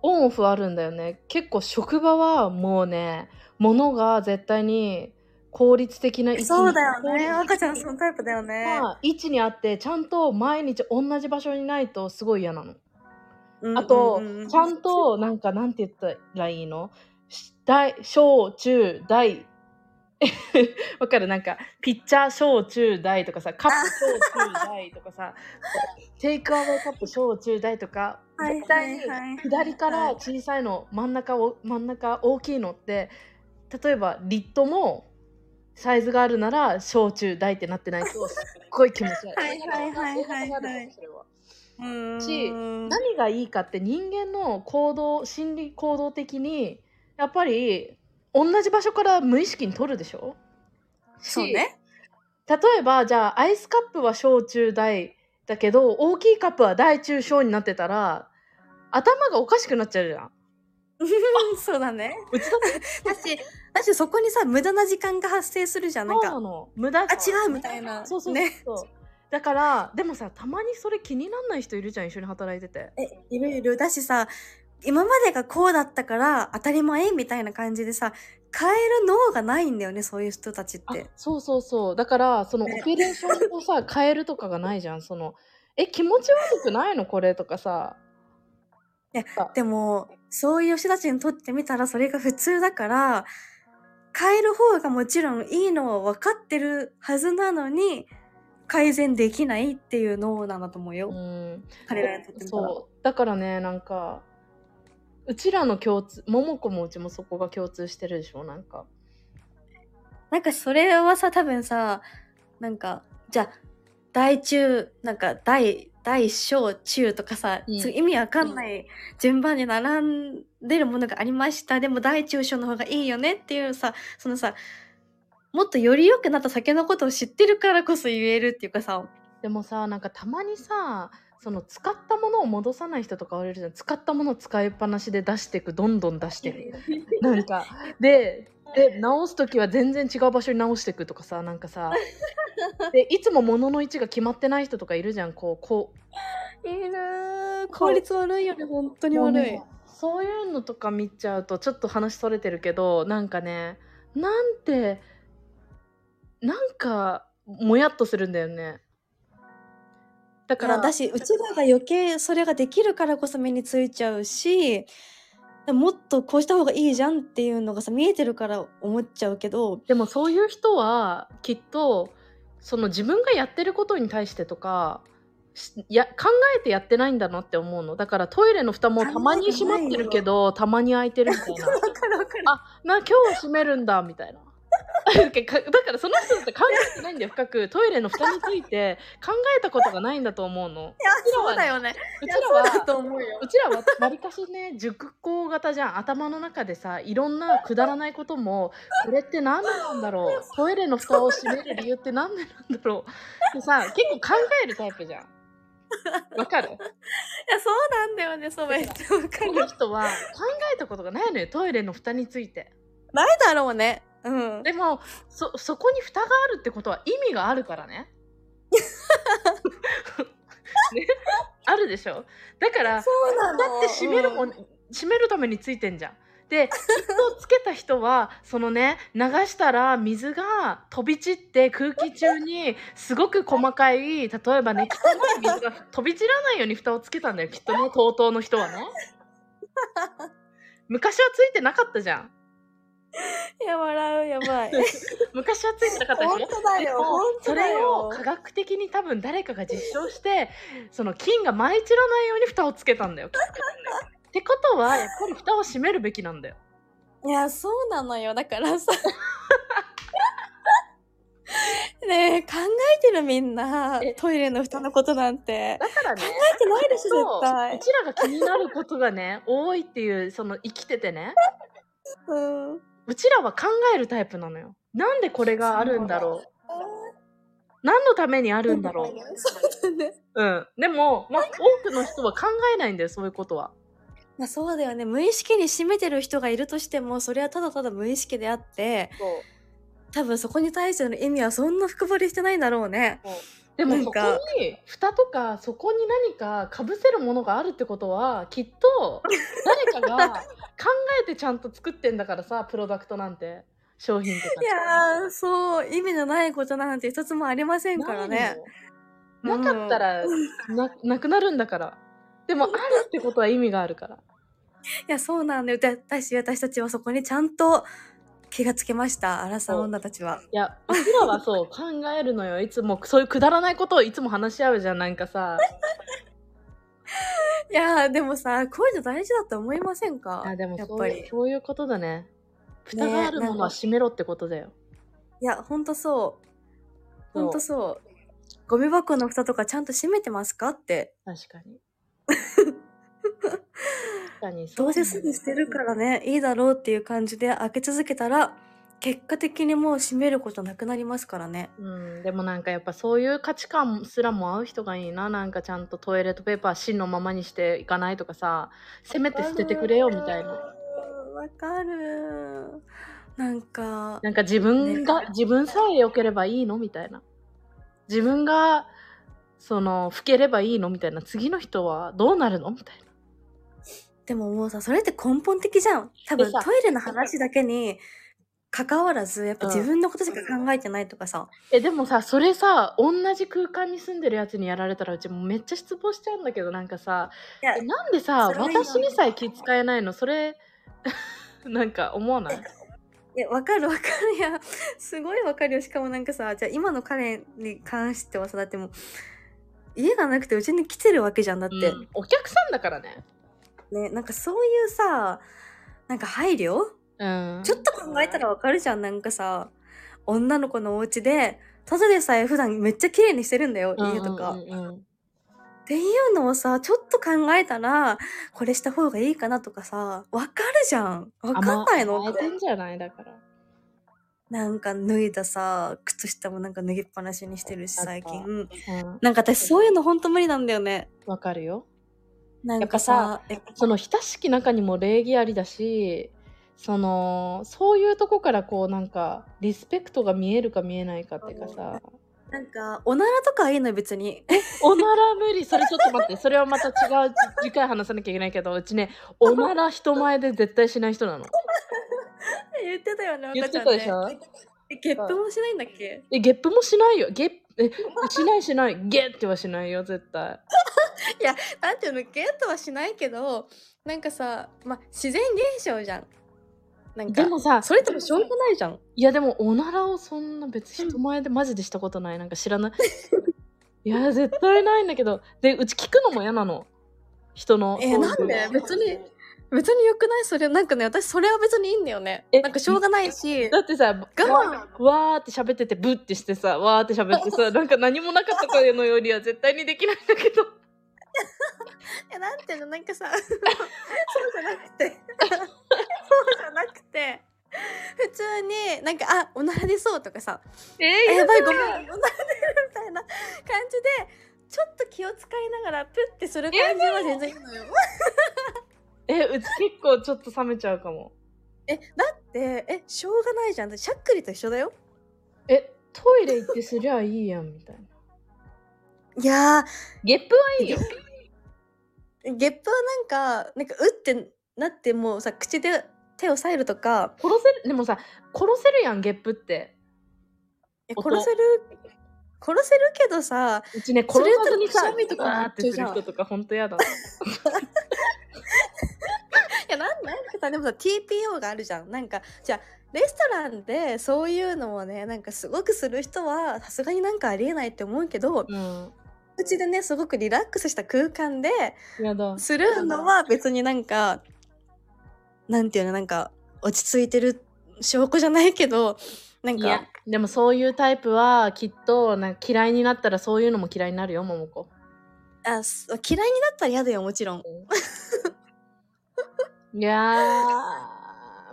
Speaker 2: オンオフあるんだよね。結構職場はもうね、物が絶対に効率的な位置に
Speaker 1: そうだよね
Speaker 2: 効率的
Speaker 1: 赤ちゃんそのタイプだよね、
Speaker 2: な位置にあって、ちゃんと毎日同じ場所にないとすごい嫌なの。
Speaker 1: うん
Speaker 2: あと
Speaker 1: う、うう
Speaker 2: ちゃんと、なんか、なんて言ったらいいのし大、小、中、大。 [LAUGHS] わかるなんか、ピッチャー、小、中、大と
Speaker 1: [LAUGHS]
Speaker 2: かさ、カップ、小、中、大とかさ、テイクアウェイカップ、小、中、大とか、
Speaker 1: はい
Speaker 2: 絶対に
Speaker 1: はいはい
Speaker 2: 左から小さいの、真ん中を、真ん中大きいのって、例えば、リットも、サイズがあるなら小中大ってなってないとすっごい気持ち悪い。
Speaker 1: はいはいはいはいはい
Speaker 2: 性格があるの [LAUGHS] それは
Speaker 1: うん
Speaker 2: し何がいいかって人間の行動心理行動的にやっぱり同じ場所から無意識に取るでしょ
Speaker 1: そうね
Speaker 2: 例えばじゃあアイスカップは小中大だけど大きいカップは大中小になってたら頭がおかしくなっちゃうじゃ
Speaker 1: [LAUGHS]
Speaker 2: ん。
Speaker 1: そうだね
Speaker 2: うちだって
Speaker 1: だしだしそこにさ無駄な時間が発生するじゃんなん
Speaker 2: そうな
Speaker 1: か
Speaker 2: の無駄
Speaker 1: あ違うみたいな
Speaker 2: そうそうそう
Speaker 1: ね
Speaker 2: そうだからでもさたまにそれ気になんない人いるじゃん一緒に働いてて。
Speaker 1: えいろいろだしさ今までがこうだったから当たり前みたいな感じでさ変える脳がないんだよねそういう人たちっ
Speaker 2: あ
Speaker 1: て
Speaker 2: そうそうそうだからそのオ
Speaker 1: ね
Speaker 2: ペレーションを
Speaker 1: [LAUGHS]
Speaker 2: さ変えるとかがないじゃんそのえ気持ち悪くないのこれとかさ
Speaker 1: でもそういう人たちにとってみたらそれが普通だから変える方がもちろんいいのは分かってるはずなのに改善できないっていう脳なんだと思うよ、
Speaker 2: うん
Speaker 1: 彼らにとってみたら
Speaker 2: そうだからねなんかうちらの共通ももこもうちもそこが共通してるでしょなんか
Speaker 1: なんかそれはさ多分さなんかじゃあ大中なんか大大小中とかさ、
Speaker 2: うん
Speaker 1: そういう意味わかんない順番に並んでるものがありました、でも大中小の方がいいよねっていうさそのさもっとより良くなった先のことを知ってるからこそ言えるっていうかさ
Speaker 2: でもさなんかたまにさその使ったものを戻さない人とかおれるじゃん使ったものを使いっぱなしで出してくどんどん出してるなんかでで直す時は全然違う場所に直してくとかさなん
Speaker 1: [LAUGHS]
Speaker 2: かさでいつも物の位置が決まってない人とかいるじゃんこうこ
Speaker 1: [LAUGHS]
Speaker 2: う
Speaker 1: いる効率悪いよね本当に悪い、
Speaker 2: そういうのとか見ちゃうとちょっと話それてるけどなんかねなんてなんかもやっとするんだよね
Speaker 1: だ
Speaker 2: だか
Speaker 1: かららだしうちらが余計それができるからこそ目についちゃうしもっとこうした方がいいじゃんっていうのがさ見えてるから思っちゃうけ [LAUGHS] ど
Speaker 2: でもそういう人はきっとその自分がやってることに対してとかしや考えてやってないんだなって思うのだからトイレの蓋もたまに閉まってるけどたまに開いてるみたいな
Speaker 1: かるわかる
Speaker 2: あな今日は閉めるんだみたいな [LAUGHS] だからその人だって考えてないんだよ深くトイレの蓋について考えたことがないんだと思うの
Speaker 1: いや
Speaker 2: うちらは
Speaker 1: そう
Speaker 2: ね
Speaker 1: だよね
Speaker 2: う
Speaker 1: い
Speaker 2: ち
Speaker 1: や
Speaker 2: ら
Speaker 1: そうだ
Speaker 2: は
Speaker 1: と思うよ
Speaker 2: うちらはわりかしね [LAUGHS] 熟考型じゃん頭の中でさいろんなくだらないこともこれって何でなんだろうトイレの蓋を閉める理由って何でなんだろうでさ結構考えるタイプじゃんわかる
Speaker 1: いやそうなんだよねそうめっちゃわか
Speaker 2: こ
Speaker 1: る
Speaker 2: [LAUGHS] の人は考えたことがないのよトイレの蓋について
Speaker 1: ないだろうねうん
Speaker 2: でもそそこに蓋があるってことは意味があるからねねあるでしょだから
Speaker 1: そうなの
Speaker 2: だって閉めるもん、閉めるためについてんじゃん。で、きっとつけた人は、 [LAUGHS] そのね、流したら水が飛び散って空気中にすごく細かい、例えばね、汚い水が飛び散らないように蓋をつけたんだよ、きっとね、TOTO の人はね。昔はついてなかったじゃん。
Speaker 1: いや笑うやば
Speaker 2: [LAUGHS]
Speaker 1: い
Speaker 2: 昔はついてなかったでしょ
Speaker 1: 本当だ
Speaker 2: で
Speaker 1: よ
Speaker 2: も
Speaker 1: 本当
Speaker 2: そ
Speaker 1: だ
Speaker 2: れを
Speaker 1: よ
Speaker 2: 科学的に多分誰かが実証してその菌が舞い散らないように蓋をつけたんだよ。きっとねってことはやっぱり蓋を閉めるべきなんだよ。
Speaker 1: いや、そうなのよ。だからさ。 [LAUGHS] ねえ、考えてるみんな
Speaker 2: え。
Speaker 1: トイレの蓋のことなんて。
Speaker 2: だからね
Speaker 1: 考えてないでし
Speaker 2: そ
Speaker 1: ょ、
Speaker 2: う
Speaker 1: 絶対
Speaker 2: う。ちらが気になることが [LAUGHS] ね多いっていうその生きててね
Speaker 1: うん。
Speaker 2: うちらは考えるタイプなのよなんでこれがあるんだろう何のためにあるんだろう
Speaker 1: そうだね。
Speaker 2: うんでも、まあ、多くの人は考えないんだよそういうことは
Speaker 1: [LAUGHS] まあそうだよね。無意識に占めてる人がいるとしても、それはただただ無意識であって、多分そこに対しての意味はそんな深掘りしてないんだろうね。
Speaker 2: でも
Speaker 1: なん
Speaker 2: そこ
Speaker 1: か
Speaker 2: に蓋とかそこに何かかぶせるものがあるってこ
Speaker 1: [LAUGHS]
Speaker 2: とはきっと誰かが考えてちゃんと作ってんだからさプロダクトなんて商品とか
Speaker 1: いやー、そう、意味のないことなんて一つもありませんからね。
Speaker 2: ないのよなかったらななくなるんだからでもあるってことは意味があるから
Speaker 1: いや、そうなんだよ。で私、私たちはそこにちゃんと気がつけました。アラサー女たちは。[LAUGHS]
Speaker 2: いやうちらはそう考えるのよいつもそういうくだらないことをいつも話し合うじゃんなんか
Speaker 1: [LAUGHS]
Speaker 2: さ
Speaker 1: いやー、でもさ、こういうの大事だと思いませんか
Speaker 2: あでも
Speaker 1: やっ
Speaker 2: そ
Speaker 1: ぱ
Speaker 2: う
Speaker 1: り
Speaker 2: いう。そういうことだね蓋があるも
Speaker 1: なん
Speaker 2: の
Speaker 1: か
Speaker 2: は閉めろってことだよ、
Speaker 1: いや、ほんとそう。
Speaker 2: そう
Speaker 1: ほんとそう。ゴミ箱の蓋とかちゃんと閉めてますかって。
Speaker 2: 確か
Speaker 1: [LAUGHS]
Speaker 2: に確かにそ
Speaker 1: どう
Speaker 2: だ
Speaker 1: せ
Speaker 2: ね
Speaker 1: すぐ捨てるからね、いいだろうっていう感じで開け続けたら、結果的にもう閉めることなくなりますからね。
Speaker 2: うん、でもなんかやっぱそういう価値観すらも合う人がいいななんかちゃんとトイレットペーパー芯のままにしていかないとかさせめて捨ててくれよみたいな
Speaker 1: うん。わかる。なんか、
Speaker 2: なんか自分が、自分さえ良ければいいのみたいな自分がその老ければいいのみたいな次の人はどうなるのみたいな
Speaker 1: でももうさ、それって根本的じゃん。多
Speaker 2: で
Speaker 1: 分ト
Speaker 2: さ
Speaker 1: イレの話だけに関わらず、やっぱ自分のことしか考えてないとかさ。
Speaker 2: えでもさそれさ同じ空間に住んでるやつにやられたらうちもうめっちゃ失望しちゃうんだけどなんかさ
Speaker 1: いや
Speaker 2: えなんでさ
Speaker 1: それはいいな
Speaker 2: 私にさえ気使えないのそれ [LAUGHS] なんか思わない
Speaker 1: え、わかるわかる。いや、すごいわかるよ。しかもなんかさ、じゃあ今の彼に関してはさ、だってもう、家がなくてうちに来てるわけじゃんだって。
Speaker 2: うんお客さんだからね、
Speaker 1: ね、なんかそういうさ、なんか配慮
Speaker 2: うん、
Speaker 1: ちょっと考えたらわかるじゃん。なんかさ、女の子のお家で、ただでさえ普段めっちゃ綺麗にしてるんだよ、
Speaker 2: うん
Speaker 1: 家とか。
Speaker 2: うんうんうん
Speaker 1: っていうのをさ、ちょっと考えたら、これした方がいいかなとかさ、わかるじゃん。わかんないの
Speaker 2: 甘えてんじゃないだから
Speaker 1: なんか脱いださ、靴下もなんか脱ぎっぱなしにしてるし、
Speaker 2: あった
Speaker 1: 最近。
Speaker 2: うん
Speaker 1: なんか私そういうのほんと無理なんだよね。
Speaker 2: わかるよ
Speaker 1: なんかさ、え
Speaker 2: その親しき中にも礼儀ありだしそのそういうとこからこうなんかリスペクトが見えるか見えないかっていうかさ
Speaker 1: なんか、おならとかはいいのよ、別に。え、
Speaker 2: おなら無理それちょっと待ってそれはまた違う次回話さなきゃいけないけどうちねおなら人前で絶対しない人なの
Speaker 1: 言ってたよね、
Speaker 2: 言ってたでしょ
Speaker 1: え、ゲップもしないんだっけ
Speaker 2: えゲップもしないよゲップ
Speaker 1: [LAUGHS]
Speaker 2: えしないしないゲッてはしないよ絶対
Speaker 1: なんていうの、ゲットはしないけど、なんかさ、ま、自然現象じゃん。なんか、
Speaker 2: でもさ
Speaker 1: それってもうしょうがないじゃん。
Speaker 2: いやでもおならをそんな別に人前でマジでしたことないなんか知らないいや絶対ないんだけどでうち聞くのも嫌なの人の
Speaker 1: えーなんで別に別に良くないそれなんかね私それは別にいいんだよね
Speaker 2: え
Speaker 1: なんかしょうがないし
Speaker 2: だってさ我
Speaker 1: 我
Speaker 2: わーって喋っててブッてしてさわーって喋っ
Speaker 1: [LAUGHS]
Speaker 2: てさなんか何もなかったかのよりは絶対にできないんだけど
Speaker 1: えなんていうのなんかさ [LAUGHS] そうじゃなくて [LAUGHS] そうじゃなくて普通になんかあおなら出そうとかさ
Speaker 2: えー、
Speaker 1: あやばいごめんお
Speaker 2: や
Speaker 1: な
Speaker 2: だ
Speaker 1: ら出るみたいな感じでちょっと気を使いながらプッてする感じは全然いいのよ
Speaker 2: えうち結構ちょっと冷めちゃうかも
Speaker 1: えだってえしょうがないじゃんだってしゃっくりと一緒だよ
Speaker 2: えトイレ行ってすりゃいいやんみたいない
Speaker 1: や
Speaker 2: ゲップはいいよ
Speaker 1: ーゲップはなんかなんかうってなってもうさ口で手を押さえるとか
Speaker 2: 殺せるでもさ殺せるやんゲップって
Speaker 1: え
Speaker 2: 音
Speaker 1: 殺せる殺せるけどさ
Speaker 2: うちね
Speaker 1: そ
Speaker 2: 殺
Speaker 1: れやっ
Speaker 2: さ
Speaker 1: たら
Speaker 2: ずにさ
Speaker 1: くしゃみとか
Speaker 2: わーってする人とかほんとやだない
Speaker 1: やなんなんかさでもさ TPO があるじゃんなんかじゃあレストランでそういうのをねなんかすごくする人はさすがになんかありえないって思うけど
Speaker 2: うん
Speaker 1: うちでねすごくリラックスした空間で
Speaker 2: やだ
Speaker 1: するのは別になんかなんていうのなんか落ち着いてる証拠じゃないけどなん
Speaker 2: い
Speaker 1: か
Speaker 2: やでもそういうタイプはきっとなんか嫌いになったらそういうのも嫌いになるよ桃子、
Speaker 1: あそう嫌いになったら嫌だよもちろん
Speaker 2: いや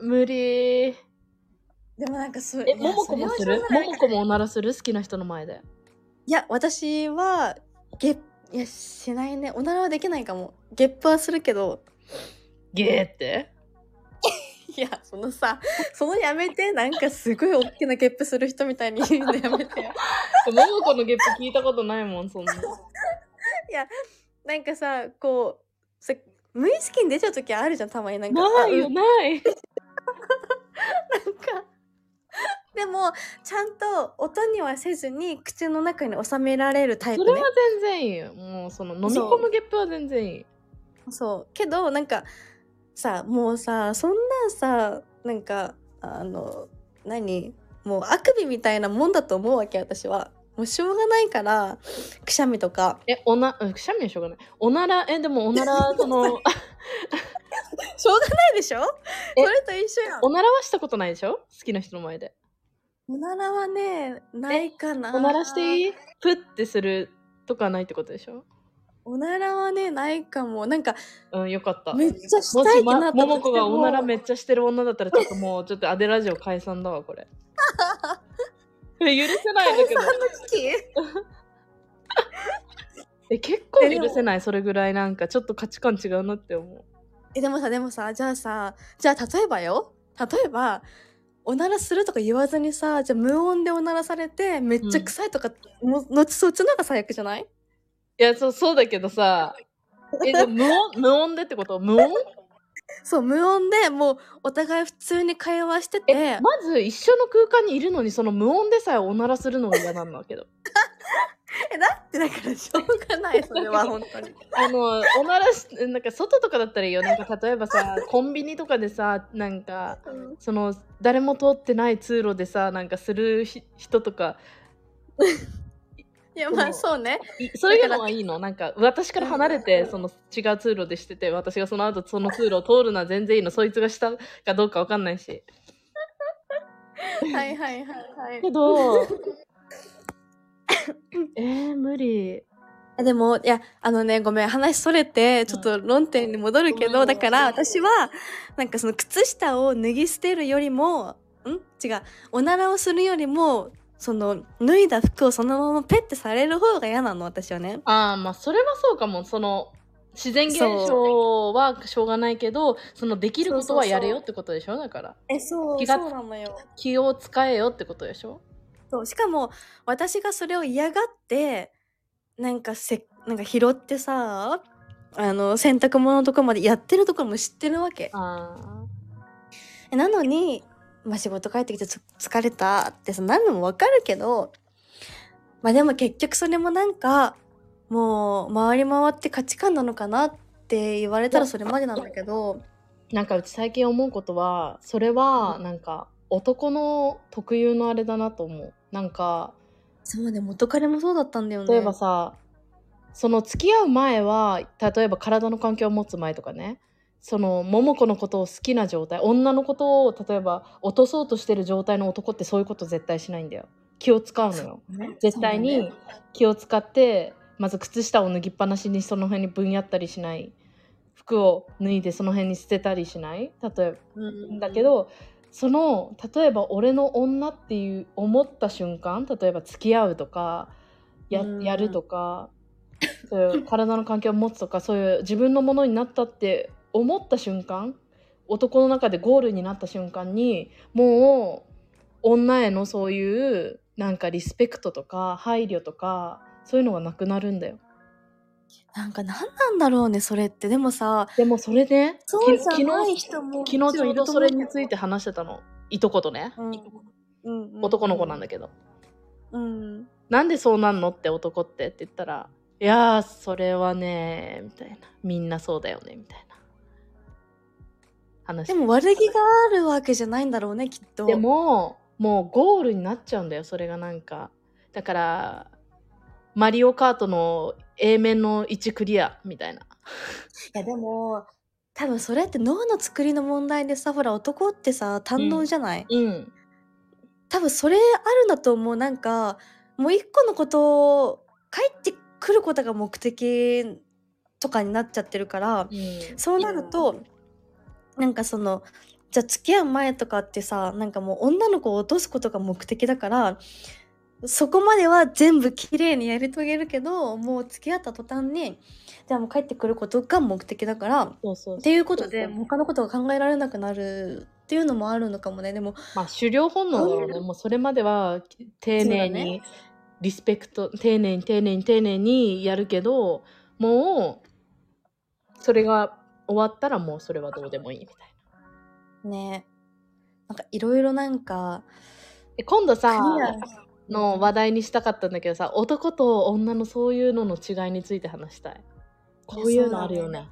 Speaker 2: ー無理
Speaker 1: でもなんかそうい
Speaker 2: え
Speaker 1: や
Speaker 2: 桃子もす
Speaker 1: それはしょ
Speaker 2: る
Speaker 1: うがない
Speaker 2: 桃子もおならする好きな人の前で
Speaker 1: いや私はゲッいやしないねおならはできないかもゲップはするけど
Speaker 2: ゲーって
Speaker 1: いやそのさそのやめてなんかすごい大きなゲップする人みたいに言うのやめてよ
Speaker 2: 桃子のゲップ聞いたことないもんそんな
Speaker 1: なんかさこうさ無意識に出ちゃう時あるじゃんたまになんか
Speaker 2: ない
Speaker 1: あ
Speaker 2: よ
Speaker 1: う
Speaker 2: ない
Speaker 1: なんかでもちゃんと音にはせずに口の中に収められるタイ
Speaker 2: そ
Speaker 1: プ
Speaker 2: れは
Speaker 1: ね
Speaker 2: 全然いいよもうその飲み込むゲップは全然いい
Speaker 1: そうけどなんかさもうさそんなんさなんかあの何もうあくびみたいなもんだと思うわけ私はもうしょうがないからくしゃみとか
Speaker 2: えおなうんくしゃみはしょうがないおならえでもお
Speaker 1: [LAUGHS]
Speaker 2: ならその
Speaker 1: しょうがないでしょ
Speaker 2: え
Speaker 1: それと一緒やん
Speaker 2: おならはしたことないでしょ好きな人の前で
Speaker 1: おならはねないかな
Speaker 2: おならして
Speaker 1: い
Speaker 2: いいプッてするとかないってことでしょ
Speaker 1: おならはねないかもなんか
Speaker 2: うんよかった
Speaker 1: めっちゃしたいってなった
Speaker 2: もしま桃子がおなら
Speaker 1: め [LAUGHS]
Speaker 2: めっちゃしてる女だったらちょっともうちょっとアデラジオ解散だわこれ [LAUGHS] え許せないんだけどえ結構許せないそれぐらいなんかちょっと価値観違うなって思
Speaker 1: えでもさでもさじゃあさじゃあ例えばよ例えばおならするとか言わずにさじゃあ無音でおならされてめっちゃ臭いとか、の後そっちの方が最悪じゃないう
Speaker 2: いやそうそうだけどさえでも無音無音でってこと無音
Speaker 1: そう無音でもうお互い普通に会話してて
Speaker 2: え [LAUGHS] まず一緒の空間にいるのにその無音でさえおならするのが嫌なんだけど [LAUGHS]
Speaker 1: えだってだからしょうがないそれは本当
Speaker 2: [LAUGHS]
Speaker 1: に
Speaker 2: あのおならしなんか外とかだったらいいよなんか例えばさコンビニとかでさなんかその誰も通ってない通路でさなんかするひ人とか
Speaker 1: いやまあそうね
Speaker 2: いそういうのはいいのなんか私から離れてその違う通路でしてて私がその後その通路を通るのは全然いいのそいつがしたかどうかわかんないし
Speaker 1: はいはいはいはい
Speaker 2: けど [LAUGHS] えー、無理
Speaker 1: あでも、いや、あのね、ごめん、話それて、ちょっと論点に戻るけど、
Speaker 2: うん
Speaker 1: だから私は、なんかその靴下を脱ぎ捨てるよりも、ん違う、おならをするよりも、その、脱いだ服をそのままペッてされる方が嫌なの、私はね。
Speaker 2: ああまあそれはそうかもその自然現象はしょうがないけどそのできることはやれよってことでしょだから
Speaker 1: え、そう
Speaker 2: 気が
Speaker 1: なのよ。
Speaker 2: 気を使えよってことでしょ
Speaker 1: そう、しかも、私がそれを嫌がって、なんかせ、なんか拾ってさ、あの、洗濯物のとこまでやってるところも知ってるわけ。
Speaker 2: あ
Speaker 1: えなのに、まあ、仕事帰ってきてつ疲れたってさ何度もわかるけど、まあ、でも結局それもなんかもう回り回って価値観なのかなって言われたらそれまでなんだけど
Speaker 2: あなんかうち最近思うことはそれはなんか男の特有のあれだなと思うなんか
Speaker 1: そうね元彼もそうだったんだよね
Speaker 2: 例えばさ、その付き合う前は例えば体の環境を持つ前とかねその桃子のことを好きな状態女のことを例えば落とそうとしてる状態の男ってそういうこと絶対しないんだよ気を使うのよ絶対
Speaker 1: そうだ
Speaker 2: に
Speaker 1: ね
Speaker 2: 気を使ってまず靴下を脱ぎっぱなしにその辺に分やったりしない服を脱いでその辺に捨てたりしない例えば
Speaker 1: うん
Speaker 2: だけどその例えば俺の女っていう思った瞬間例えば付き合うとかや
Speaker 1: うん
Speaker 2: やるとかそういう体の関係を持つとかそういう自分のものになったって思った瞬間男の中でゴールになった瞬間にもう女へのそういうなんかリスペクトとか配慮とかそういうのがなくなるんだよ。
Speaker 1: なんか何なんだろうねそれってでもさ
Speaker 2: でもそれね
Speaker 1: そう
Speaker 2: き
Speaker 1: じゃ
Speaker 2: 昨
Speaker 1: ない
Speaker 2: 日
Speaker 1: 人も
Speaker 2: 昨日ちょうどそれについ
Speaker 1: て、
Speaker 2: て話してたのいとことね、
Speaker 1: うんうんうん、
Speaker 2: 男の子なんだ
Speaker 1: け
Speaker 2: けど、
Speaker 1: ど、うん、
Speaker 2: なんでそうなんのって男ってって言ったらいやーそれはねみたいなみんなそうだよねみたいな話
Speaker 1: でも悪気があるわけじゃないんだろうねきっと
Speaker 2: でももうゴールになっちゃうんだよそれがなんかだからマリオカートの A 面の1クリアみたいない
Speaker 1: やでも多分それって脳の作りの問題でさほら男ってさ堪能じゃない、
Speaker 2: うん
Speaker 1: 多分それあるんだと思うなんかもう一個のことを帰ってくることが目的とかになっちゃってるから
Speaker 2: うん
Speaker 1: そうなるとなんかそのじゃあ付き合う前とかってさなんかもう女の子を落とすことが目的だからそこまでは全部綺麗にやり遂げるけどもう付き合った途端にじゃあもう帰ってくることが目的だから
Speaker 2: そうそう
Speaker 1: っていうことで
Speaker 2: そうそう
Speaker 1: もう他のことが考えられなくなるっていうのもあるのかもねでも
Speaker 2: まあ狩猟本能だろうねもうそれまでは丁寧
Speaker 1: そうだ
Speaker 2: に
Speaker 1: ね
Speaker 2: リスペクト、丁寧に丁寧に丁寧にやるけどもうそれが終わったらもうそれはどうでもいいみたいな
Speaker 1: ねなんかいろいろなんか
Speaker 2: え今度さ
Speaker 1: 国や
Speaker 2: の話題にしたかったんだけどさ男と女のそういうのの違いについて話したいこういうのあるよね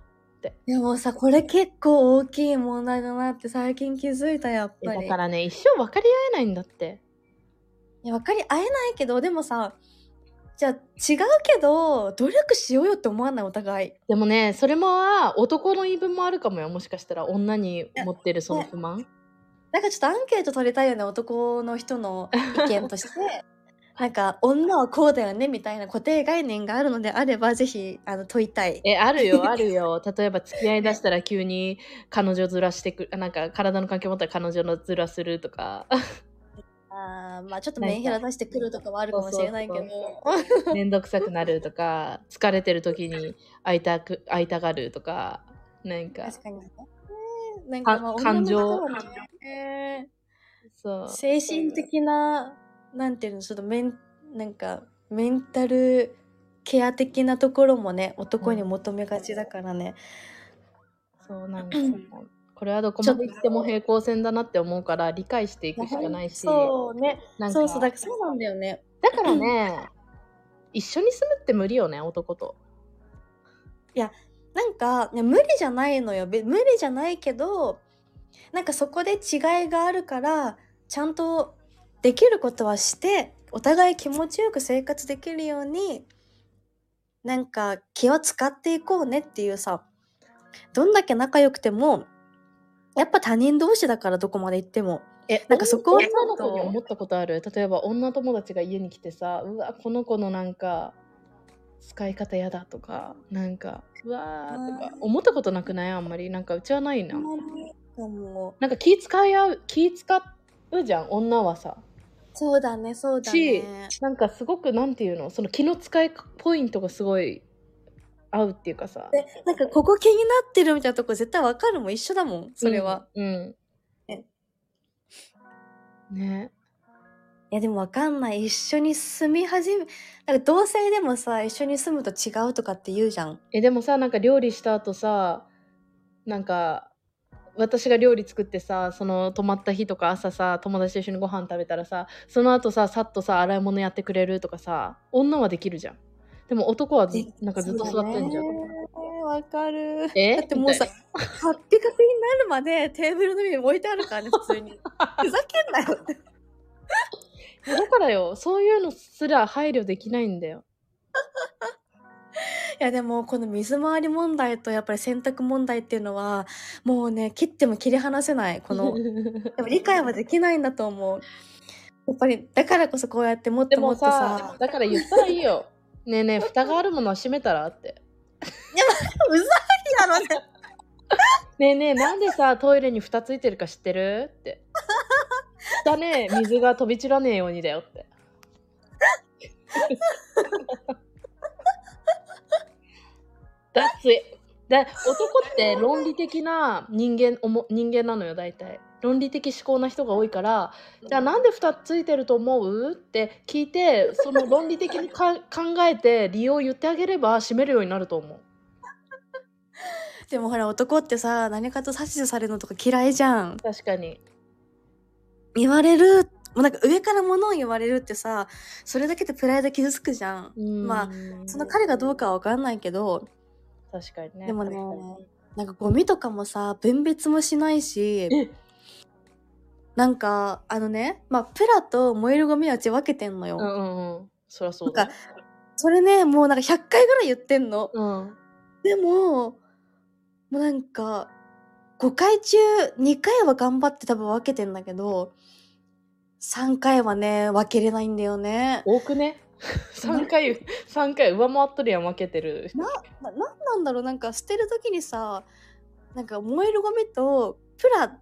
Speaker 1: でもさこれ結構大きい問題だなって最近気づいたやっ
Speaker 2: え
Speaker 1: ぱ
Speaker 2: だ
Speaker 1: り。
Speaker 2: からね一生分かり合えないんだって
Speaker 1: いや分かり合えないけどでもさじゃあ違うけど努力しようよって思わないお互い。
Speaker 2: でもねそれもは男の言い分もあるかもよもしかしたら女に持ってるその不満
Speaker 1: なんかちょっとアンケート取りたいよね男の人の意見として [LAUGHS] なんか女はこうだよねみたいな固定概念があるのであればぜひあの問いたい。
Speaker 2: えあ
Speaker 1: [LAUGHS]
Speaker 2: るよあるよ例えば付き合いだしたら急に彼女ずらしてくなんか体の関係持ったら彼女のずらする
Speaker 1: [LAUGHS]
Speaker 2: とか
Speaker 1: あーまあちょっと
Speaker 2: なんか
Speaker 1: メンヘラ出してくるとかはあるかもしれないけど
Speaker 2: そう面倒くさくなるとか疲れてる時に会いたく会いたがるとかなんか
Speaker 1: [LAUGHS] 確かにねなんかまあ
Speaker 2: か感情
Speaker 1: 女の人はね
Speaker 2: そう
Speaker 1: 精神的ななんていうのちょっとメンなんかメンタルケア的なところもね男に求めがちだからね、
Speaker 2: そうなんか
Speaker 1: [CLEARS THROAT]
Speaker 2: これはどこまで行っても平行線だなって思うから理解していくしかないし
Speaker 1: そうね
Speaker 2: なんか
Speaker 1: そうそうだからそうなんだよね
Speaker 2: だからね一緒に住むって無理よね男と。
Speaker 1: なんか、ね、無理じゃないのよべ無理じゃないけどなんかそこで違いがあるからちゃんとできることはしてお互い気持ちよく生活できるようになんか気を使っていこうねっていうさどんだけ仲良くてもやっぱ他人同士だからどこまで行っても
Speaker 2: え
Speaker 1: なんかそこをち
Speaker 2: 女
Speaker 1: ょ
Speaker 2: の
Speaker 1: っ
Speaker 2: 子
Speaker 1: と
Speaker 2: に思ったことある例えば女友達が家に来てさうわこの子のなんか使い方やだとかなんかうわーとか思ったことなくないあんまりなんかうちはないな
Speaker 1: もう
Speaker 2: なんか気使い合う気使うじゃん女はさ
Speaker 1: そうだねそうだ
Speaker 2: し
Speaker 1: ね
Speaker 2: なんかすごくなんていうのその気の使いポイントがすごい合うっていうかさ
Speaker 1: でなんかここ気になってるみたいなとこ絶対わかるもん一緒だもんそれは。
Speaker 2: うん、うん
Speaker 1: え
Speaker 2: ね
Speaker 1: いやでもわかんない一緒に住み始めなんか同性でもさ一緒に住むと違うとかって言うじゃん
Speaker 2: えでもさなんか料理した後さなんか私が料理作ってさその泊まった日とか朝さ友達と一緒にご飯食べたらさその後ささっとさ洗い物やってくれるとかさ女はできるじゃんでも男はず
Speaker 1: で
Speaker 2: なんかずっと座ってんじゃん、
Speaker 1: そうだねわかる
Speaker 2: え
Speaker 1: だってもうさ
Speaker 2: み
Speaker 1: カッピカピになるまでテーブルの上に置いてある
Speaker 2: [LAUGHS]
Speaker 1: からね普通にふざけんなよって
Speaker 2: たいなだからよそういうのすら配慮できないんだよ
Speaker 1: いやでもこの水回り問題とやっぱり洗濯問題っていうのはもうね切っても切り離せないこのでも理解はできないんだと思うやっぱりだからこそこうやってもっ
Speaker 2: [LAUGHS] で
Speaker 1: とも
Speaker 2: も
Speaker 1: っとさ
Speaker 2: さだから言ったらいいよねえねえ蓋があるものは閉めたらって
Speaker 1: [LAUGHS] うざいやろね
Speaker 2: ねえねえなんでさトイレに蓋ついてるか知ってるってだね水が飛び散らねえようにだよってだっついだ男って論理的な人間おも人間なのよ大体論理的思考な人が多いからじゃあなんで蓋ついてると思うって聞いてその論理的
Speaker 1: [LAUGHS]
Speaker 2: にか考えて理由を言ってあげれば閉めるようになると思う
Speaker 1: でもほら男ってさ何かと指図されるのとか嫌いじゃん
Speaker 2: 確かに
Speaker 1: 言われるもうなんか上から物を言われるってさそれだけでプライド傷つくじゃんまあその彼がどうかは分かんないけど
Speaker 2: 確かにね。
Speaker 1: でもね
Speaker 2: 確かに
Speaker 1: なんかゴミとかもさ分別もしないし
Speaker 2: え
Speaker 1: なんかあのねまあプラと燃えるゴミはうち分けてんのよ、
Speaker 2: うんうんうん。そりゃそうだ。
Speaker 1: なんそれねもうなんか100回ぐらい言ってんの
Speaker 2: うん。
Speaker 1: でももうなんか5回中2回は頑張って多分分けてんだけど3回はね分けれないんだよね。
Speaker 2: 多
Speaker 1: [LAUGHS]
Speaker 2: くね3回三回上回っとるやん負けてる
Speaker 1: ななんなんだろうなんか捨てる時にさなんか燃えるゴミとプラ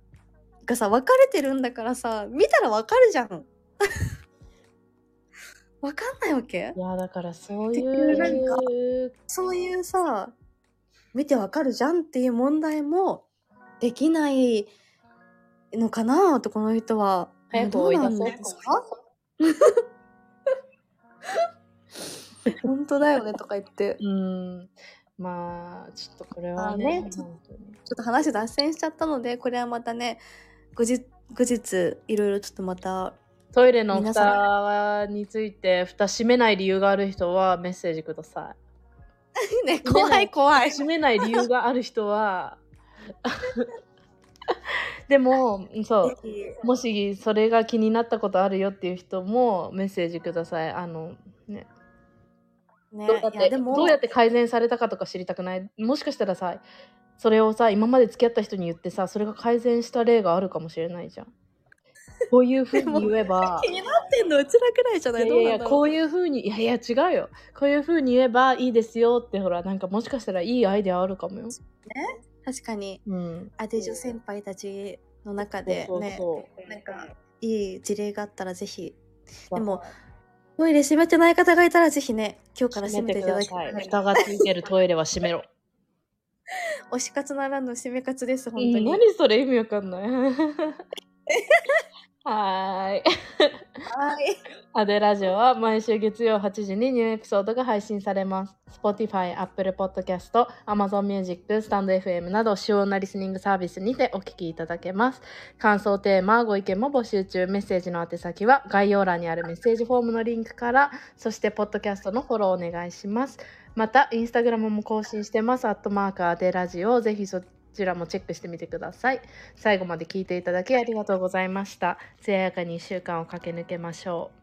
Speaker 1: がさ分かれてるんだからさ見たら分かるじゃん。 [LAUGHS] 分かんないわけ
Speaker 2: いやだからそう
Speaker 1: 結局なんか
Speaker 2: いう
Speaker 1: そういうさ見て分かるじゃんっていう問題もできないのかな男の人は。
Speaker 2: 早く
Speaker 1: ど
Speaker 2: 追
Speaker 1: う
Speaker 2: い
Speaker 1: な
Speaker 2: 出
Speaker 1: ん
Speaker 2: せ
Speaker 1: ですか本当だよねとか言ってちょ
Speaker 2: うんまあちょっとこれは
Speaker 1: まあ
Speaker 2: ね
Speaker 1: ね
Speaker 2: 本当に
Speaker 1: っと話脱線しちゃったのでこれはまたね後日後日いろいろちょっとまた
Speaker 2: トイレの
Speaker 1: 皆さ
Speaker 2: 蓋について蓋閉めない理由がある人はメッセージくださ
Speaker 1: ね
Speaker 2: 怖い
Speaker 1: 怖い怖
Speaker 2: い
Speaker 1: い。
Speaker 2: 閉めない理由がある人は [LAUGHS] でもそうもしそれが気になったことあるよっていう人もメッセージくださいあのね
Speaker 1: ね
Speaker 2: どうやっ
Speaker 1: いや
Speaker 2: て
Speaker 1: でも
Speaker 2: どうやって改善されたかとか知りたくないもしかしたらさそれをさ今まで付き合った人に言ってさそれが改善した例があるかもしれない
Speaker 1: [LAUGHS]
Speaker 2: じゃんこういうふうに言えば
Speaker 1: 気になってんのうちらくらいじゃない
Speaker 2: い
Speaker 1: どう
Speaker 2: やい
Speaker 1: な
Speaker 2: や
Speaker 1: んだ
Speaker 2: こ
Speaker 1: ろう
Speaker 2: ういうふうにいやいや違うよこういうふうに言えばいいですよってほらなんかもしかしたらいいアイデアあるかもよ、
Speaker 1: 確かに
Speaker 2: うん、
Speaker 1: アデジョ先輩たちの中で
Speaker 2: そう
Speaker 1: ね
Speaker 2: そうそう
Speaker 1: なんかいい事例があったらぜひ
Speaker 2: わ
Speaker 1: でもトイレ閉めてない方がいたらぜひね今日から閉
Speaker 2: 閉
Speaker 1: め
Speaker 2: め
Speaker 1: て
Speaker 2: て
Speaker 1: いただ
Speaker 2: くだ
Speaker 1: きた
Speaker 2: さ
Speaker 1: い
Speaker 2: い蓋がついてるトイレは閉めろ
Speaker 1: 推し活ならぬ締め活です本当
Speaker 2: うん
Speaker 1: に、
Speaker 2: 何それ意味わかんない [LAUGHS] はー
Speaker 1: は
Speaker 2: い
Speaker 1: い
Speaker 2: アデラジオは毎週月曜8時にニューエピソードが配信されます。Spotify、Apple Podcast、Amazon Music、StandFM など主要なリスニングサービスにてお聞きいただけます。感想、テーマ、ご意見も募集中。メッセージの宛先は概要欄にあるメッセージフォームのリンクから、そしてポッドキャストのフォローお願いします。また、インスタグラムも更新してます。アットマークアデラジオ。ぜひそちらもチェックしてみてください。最後まで聞いていただきありがとうございました。艶やかに1週間を駆け抜けましょう。